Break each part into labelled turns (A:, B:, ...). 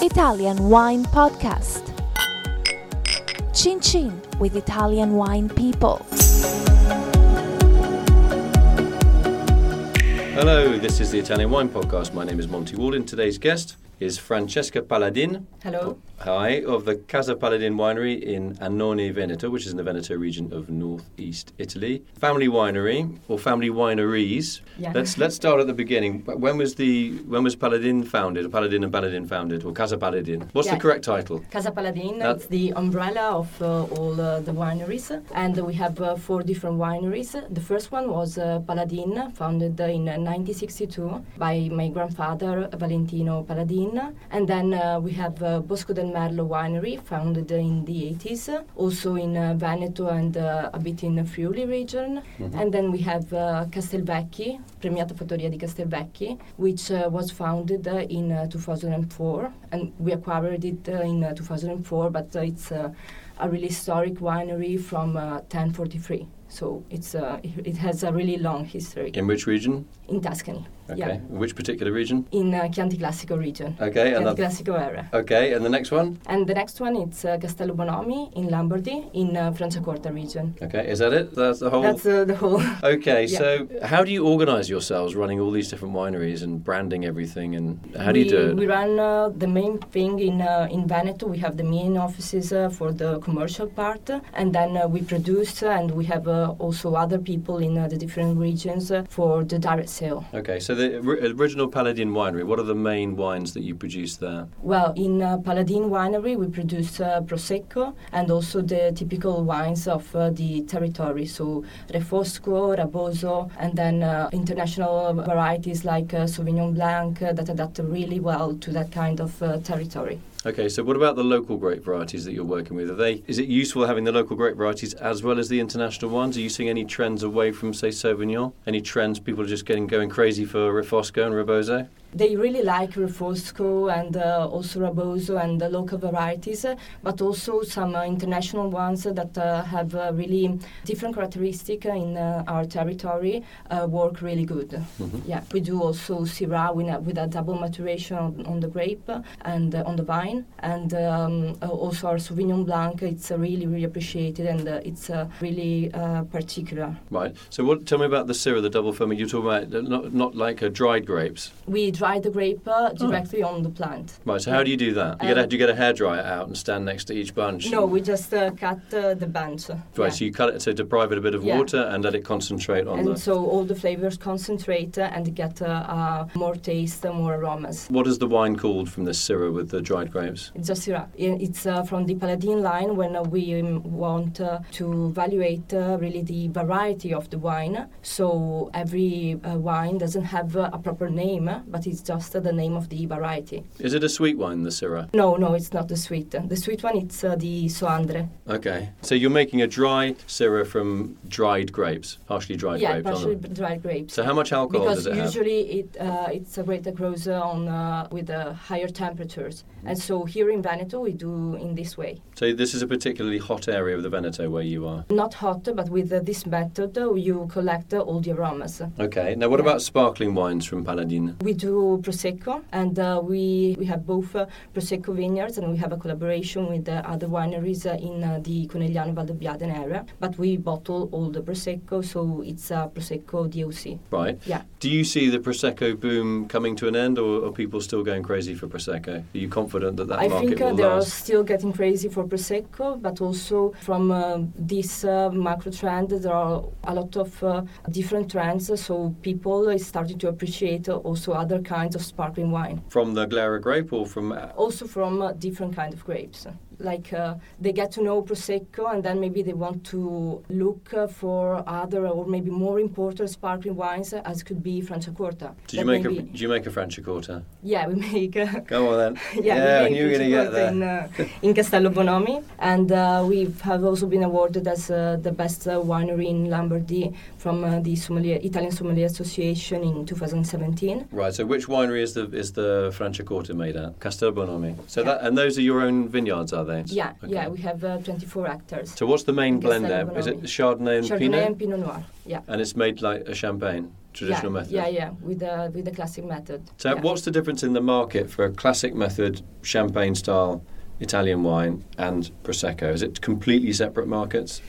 A: Italian Wine Podcast. Chin Chin with Italian Wine People.
B: Hello, this is the Italian Wine Podcast. My name is Monty Walden. Today's guest is Francesca Paladin.
C: Hello.
B: Hi, of the Casa Paladin Winery in Annone, Veneto, which is in the Veneto region of northeast Italy. Family winery or family wineries.
C: Yeah.
B: Let's let's start at the beginning. When was the when was Paladin founded? Or Paladin and Paladin founded, or Casa Paladin? What's the
C: Yeah.
B: correct title?
C: Casa Paladin,
B: Uh,
C: it's the umbrella of uh, all uh, the wineries, and we have uh, four different wineries. The first one was uh, Paladin, founded in uh, 1962 by my grandfather Valentino Paladin, and then uh, we have uh, Bosco del Merlo winery, founded in the 80s, also in uh, Veneto and uh, a bit in the Friuli region,
B: Mm-hmm.
C: and then we have uh, Castelvecchi, Premiata Fattoria di Castelvecchi, which uh, was founded uh, in uh, 2004, and we acquired it uh, in uh, 2004. But uh, it's uh, a really historic winery from uh, 1043, so it's uh, it it has a really long history
B: In which region?
C: in Tuscany.
B: Okay.
C: Yeah,
B: Which particular region?
C: in uh, Chianti Classico region,
B: Okay, and
C: Chianti
B: that,
C: Classico area.
B: okay, and the next one.
C: And the next one it's uh, Castello Bonomi in Lombardy in uh, Franciacorta region.
B: Okay, is that it? That's the whole.
C: That's uh, the whole.
B: Oh. Okay,
C: Yeah.
B: so how do you organise yourselves running all these different wineries and branding everything and how do you
C: we,
B: do it?
C: We run uh, the main thing in uh, in Veneto. We have the main offices uh, for the commercial part, uh, and then uh, we produce, uh, and we have uh, also other people in uh, the different regions uh, for the direct sale.
B: Okay, so the ri- original Paladin Winery, what are the main wines that you produce there?
C: Well, in uh, Paladin Winery, we produce uh, prosecco and also the typical wines of uh, the territory, so Refosco, Raboso, and then uh, international varieties like uh, Sauvignon Blanc uh, that adapt really well to that kind of uh, territory.
B: Okay, so what about the local grape varieties that you're working with? Are they is it useful having the local grape varieties as well as the international ones? Are you seeing any trends away from say Sauvignon? Any trends people are just getting going crazy for Refosco and Rebozo?
C: They really like Refosco and uh, also Raboso and the local varieties, uh, but also some uh, international ones uh, that uh, have uh, really different characteristics in uh, our territory uh, work really good. Yeah, we do also Syrah with a, with a double maturation on, on the grape uh, and uh, on the vine, and um, uh, also our Sauvignon Blanc. It's uh, really really appreciated and uh, it's uh, really uh, particular.
B: Right. So what tell me about the Syrah, the double ferment. You're talking about uh, not not like uh, dried grapes.
C: We dry the grape uh, directly on the plant.
B: Right, so how do you do that? You get a,
C: Uh,
B: do you get a hairdryer out and stand next to each bunch?
C: No, we just uh, cut uh, the bunch.
B: Right, so you cut it to deprive it a bit of
C: Yeah.
B: water and let it concentrate on
C: and
B: the.
C: so all the flavors concentrate uh, and get uh, uh, more taste, uh, more aromas.
B: What is the wine called from this Syrah with the dried grapes?
C: It's just Syrah. I- It's uh, from the Paladin line when uh, we um, want uh, to evaluate uh, really the variety of the wine. So every uh, wine doesn't have uh, a proper name, uh, but it's just uh, the name of the variety.
B: Is it a sweet wine, the Syrah?
C: No, no, it's not the sweet. The sweet one, it's uh, the Soandre.
B: Okay, so you're making a dry Syrah from dried grapes, partially dried
C: yeah,
B: grapes. aren't
C: partially
B: they?
C: dried grapes.
B: So how much alcohol
C: because
B: does it have?
C: usually it uh, it's a grape that grows uh, on uh, with uh, higher temperatures, and so here in Veneto we do in this way.
B: So this is a particularly hot area of the Veneto where you are.
C: Not hot, but with uh, this method uh, you collect uh, all the aromas.
B: Okay, now what about sparkling wines from Paladin?
C: We do prosecco, and uh, we we have both uh, prosecco vineyards, and we have a collaboration with uh, other wineries uh, in uh, the Conegliano Valdobbiadene area. But we bottle all the prosecco, so it's uh, prosecco DOC.
B: Right.
C: Yeah.
B: Do you see the Prosecco boom coming to an end, or are people still going crazy for Prosecco? Are you confident that that
C: I
B: market
C: think uh,
B: will
C: they are
B: last?
C: still getting crazy for Prosecco, but also from uh, this uh, macro trend, there are a lot of uh, different trends. So people are starting to appreciate uh, also other kinds of sparkling wine,
B: From the Glera grape or from.
C: also from uh, different kind of grapes. Like uh, they get to know Prosecco, and then maybe they want to look uh, for other or maybe more important sparkling wines, uh, as could be Franciacorta.
B: Did you
C: That
B: make a
C: maybe-
B: Did you make a Franciacorta?
C: Yeah, we make. Uh,
B: Go on then.
C: yeah,
B: I
C: we
B: knew you were going to
C: made
B: get
C: Franciacorta
B: there.
C: In, uh, in Castello Bonomi, and uh, we have also been awarded as uh, the best uh, winery in Lombardy from uh, the sommelier, Italian Sommelier Association in 2017.
B: Right. So, which winery is the is the Franciacorta made at? Castelbuonomi. So
C: Yeah.
B: that and those are your own vineyards, are they?
C: Yeah,
B: Okay.
C: yeah, we have uh, 24 hectares.
B: So, what's the main
C: Castel
B: blend there? Is it
C: Buonomi.
B: Chardonnay and
C: Chardonnay
B: Pinot?
C: and Pinot Noir. Yeah,
B: And it's made like a champagne. traditional
C: yeah,
B: method.
C: Yeah, yeah, with the with the classic method.
B: So,
C: yeah.
B: what's the difference in the market for a classic method champagne style Italian wine and prosecco? Is it completely separate markets?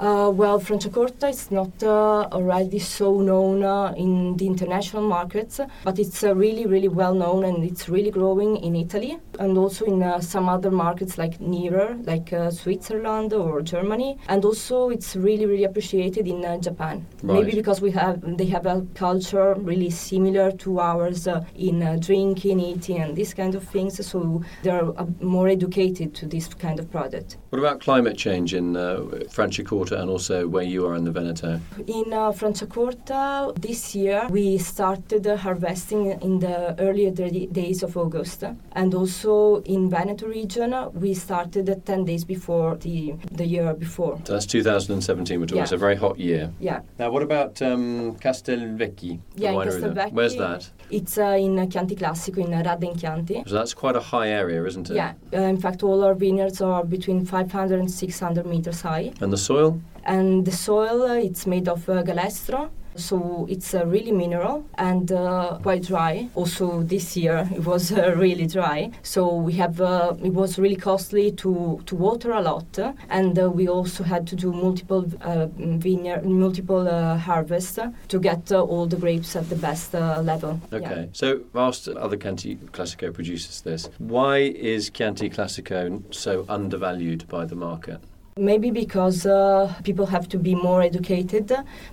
C: Uh, well, Franciacorta is not uh, already so known uh, in the international markets, but it's uh, really, really well known and it's really growing in Italy and also in uh, some other markets like nearer, like uh, Switzerland or Germany. And also, it's really, really appreciated in uh, Japan.
B: Right.
C: Maybe because we have they have a culture really similar to ours uh, in uh, drinking, eating, and these kind of things. So they're uh, more educated to this kind of product.
B: What about climate change in uh, Franciacorta and also where you are in the Veneto?
C: In uh, Franciacorta this year, we started uh, harvesting in the earlier da- days of August. And also in Veneto region, uh, we started uh, 10 days before the, the year before.
B: So that's 2017 we're talking.
C: Yeah.
B: It's a very hot year.
C: Yeah,
B: Now, what about um, Castelvecchi? the
C: Yeah, in
B: winery there?
C: Castelvecchi-
B: Where's that?
C: it's uh, in uh, Chianti Classico, in uh, Radden Chianti.
B: So that's quite a high area, isn't it?
C: Yeah, uh, in fact, all our vineyards are between 500 and 600 meters high.
B: And the soil?
C: and the soil uh, it's made of uh, galestro so it's uh, really mineral and uh, quite dry also this year it was uh, really dry so we have uh, it was really costly to to water a lot uh, and uh, we also had to do multiple uh, vineyard multiple uh, harvests uh, to get uh, all the grapes at the best uh, level Yeah.
B: Okay. So, whilst other Chianti Classico produces this, why is Chianti Classico so undervalued by the market?
C: Maybe because uh, people have to be more educated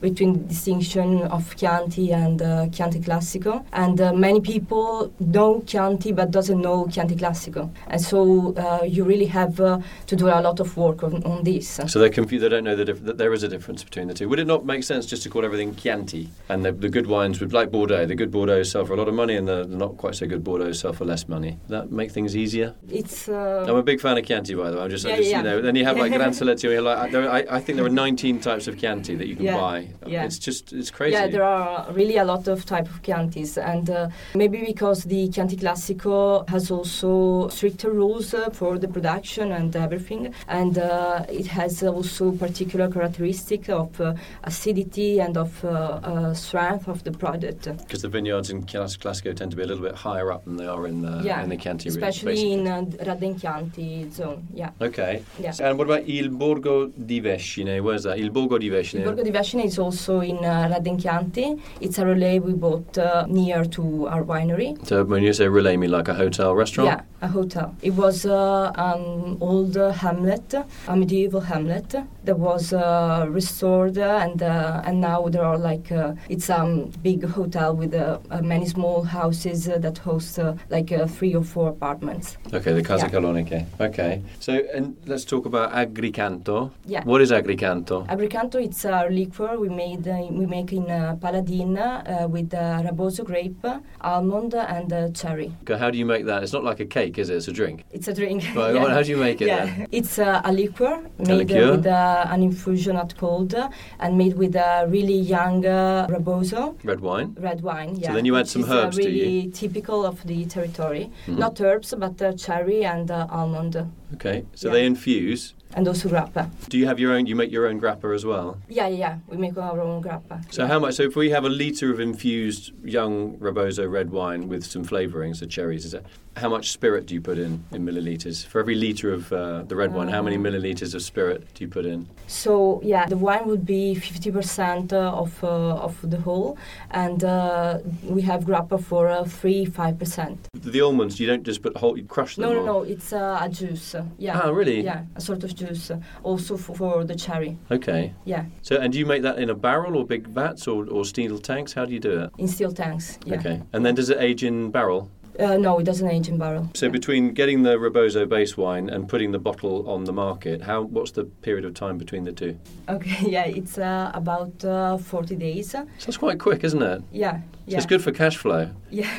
C: between distinction of Chianti and uh, Chianti Classico, and uh, many people know Chianti but doesn't know Chianti Classico, and so uh, you really have uh, to do a lot of work on, on this.
B: So they're confused. They don't know the diff- that there is a difference between the two. Would it not make sense just to call everything Chianti? And the, the good wines would, like Bordeaux, the good Bordeaux sell for a lot of money, and the the not quite so good Bordeaux sell for less money. That make things easier.
C: It's uh,
B: I'm a big fan of Chianti, by the way. I'm just, I
C: Yeah,
B: just
C: yeah.
B: you know. Then you have like Gran Selezione. Like I- there, I, I think there are 19 types of Chianti that you can
C: Yeah,
B: buy.
C: yeah.
B: It's just it's crazy.
C: Yeah, there are really a lot of type of Chiantis, and uh, maybe because the Chianti Classico has also stricter rules uh, for the production and everything, and uh, it has also particular characteristic of uh, acidity and of uh, uh, strength of the product,
B: because the vineyards in Chias- Classico tend to be a little bit higher up than they are in the
C: Yeah,
B: in the Chianti, region,
C: especially
B: basically.
C: in uh, Radden Chianti zone. Yeah.
B: Okay.
C: Yeah.
B: And what about Il Borgo di Vescine? Where's that? Il Borgo di Vescine.
C: The Borgo di Vescine is also in uh, Radden Chianti. It's a relay we bought uh, near to our winery.
B: So when you say relay me like a hotel restaurant?
C: Yeah, a hotel. It was uh, an old uh, hamlet, a medieval hamlet that was uh, restored, uh, and uh, and now there are like uh, it's a um, big hotel with uh, uh, many small houses uh, that host uh, like uh, three or four apartments.
B: Okay, the Casa
C: Yeah.
B: Colonica. Okay. So and let's talk about Agricanto.
C: Yeah. Uh,
B: What is Agricanto?
C: Abricanto, it's a liquor we made uh, we make in uh, Paladina uh, with uh, Raboso grape, almond, and uh, cherry.
B: Okay, How do you make that? It's not like a cake, is it? It's a drink.
C: It's a drink.
B: But
C: Yeah.
B: how do you make it then?
C: It's uh, a liqueur made uh,
B: liqueur?
C: with uh, an infusion at cold uh, and made with a really young uh, Raboso
B: Red wine.
C: red wine. Yeah.
B: then you add
C: which
B: some
C: is,
B: herbs,
C: Uh,
B: do you?
C: really typical of the territory.
B: Mhm.
C: Not herbs, but uh, cherry and uh, almond
B: Okay. So
C: Yeah.
B: they infuse.
C: and also grappa.
B: Do you have your own? You make your own grappa as well.
C: Yeah, yeah, yeah. We make our own grappa.
B: So
C: yeah.
B: how much? So if we have a liter of infused young Rebozo red wine with some flavourings, the cherries, is it? How much spirit do you put in in milliliters? For every liter of uh, the red wine, how many
C: Um,
B: milliliters of spirit do you put in?
C: So yeah, the wine would be 50% uh, of uh, of the whole, and uh, we have grappa for uh, three five percent.
B: The almonds, you don't just put whole, you crush them.
C: No, no,
B: or-
C: no. It's uh, a juice. Yeah.
B: Ah, really?
C: Yeah, a sort of juice, uh, also for, for the cherry.
B: Okay.
C: Yeah,
B: So and do you make that in a barrel or big vats or, or steel tanks? How do you do it?
C: in steel tanks. Yeah.
B: Okay. And then does it age in barrel?
C: Uh, no, it doesn't age in barrel.
B: So
C: Yeah.
B: between getting the Rebozo base wine and putting the bottle on the market, how what's the period of time between the two?
C: okay, yeah, it's uh, about uh, 40 days.
B: So that's quite quick, isn't it?
C: Yeah,
B: So
C: yeah.
B: it's good for cash flow.
C: Yeah.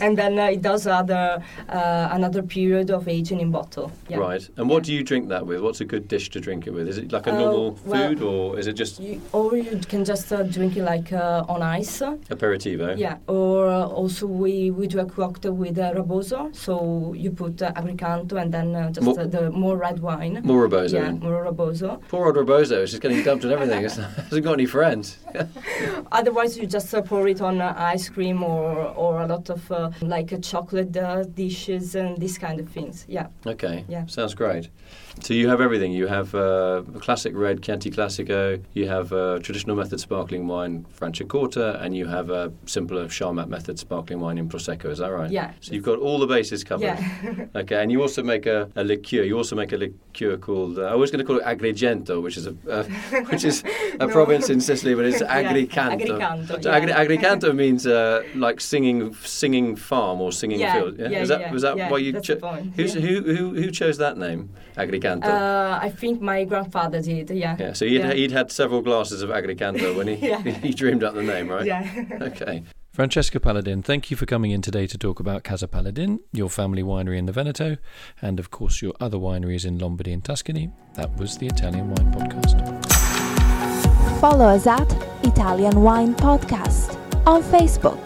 C: and then uh, it does other uh, another period of aging in bottle. Yeah.
B: Right. And what do you drink that with? What's a good dish to drink it with? Is it like a
C: Uh,
B: normal
C: well-
B: food or is it just
C: You, or you can just uh, drink it like uh, on ice.
B: aperitivo?
C: Yeah, or uh, also we, we do a cocktail with uh, Raboso, so you put uh, Agricanto and then uh, just
B: Mo-
C: uh, the more red wine.
B: More Rebozo.
C: yeah,
B: in.
C: more Raboso.
B: Poor old Rebozo is just getting dumped and everything. It's- hasn't got any friends.
C: Otherwise, you just uh, pour it on uh, ice cream or, or a lot of uh, like uh, chocolate uh, dishes and these kind of things. Yeah,
B: Okay.
C: Yeah.
B: Sounds great. So you have everything. You have uh, classic red Chianti Classico. You have uh, traditional method sparkling wine Franciacorta, and you have a simpler Charmat method sparkling wine in Prosecco. Is that right?
C: Yeah.
B: So you've got all the bases covered.
C: yeah.
B: Okay, and you also make a, a liqueur. You also make a liqueur called uh, I was going to call it Agrigento, which is a uh, which is a
C: No.
B: province in Sicily, but it's
C: Yeah,
B: Agricanto.
C: Agricanto,
B: So
C: yeah.
B: Agri- Agricanto means uh, like singing singing farm or singing
C: Yeah,
B: field.
C: yeah,
B: is that
C: yeah,
B: was that
C: yeah,
B: why you
C: that's
B: cho-
C: the point,
B: who's,
C: yeah.
B: who who who chose that name Agricanto?
C: uh, I think my grandfather did. Yeah.
B: yeah, so he'd,
C: yeah.
B: he'd had several glasses of Agricanto when he
C: Yeah.
B: he dreamed up the name, right?
C: Yeah.
B: Okay.
D: Francesca Paladin, thank you for coming in today to talk about Casa Paladin, your family winery in the Veneto, and of course your other wineries in Lombardy and Tuscany. That was the Italian Wine Podcast.
A: Follow us at Italian Wine Podcast on Facebook.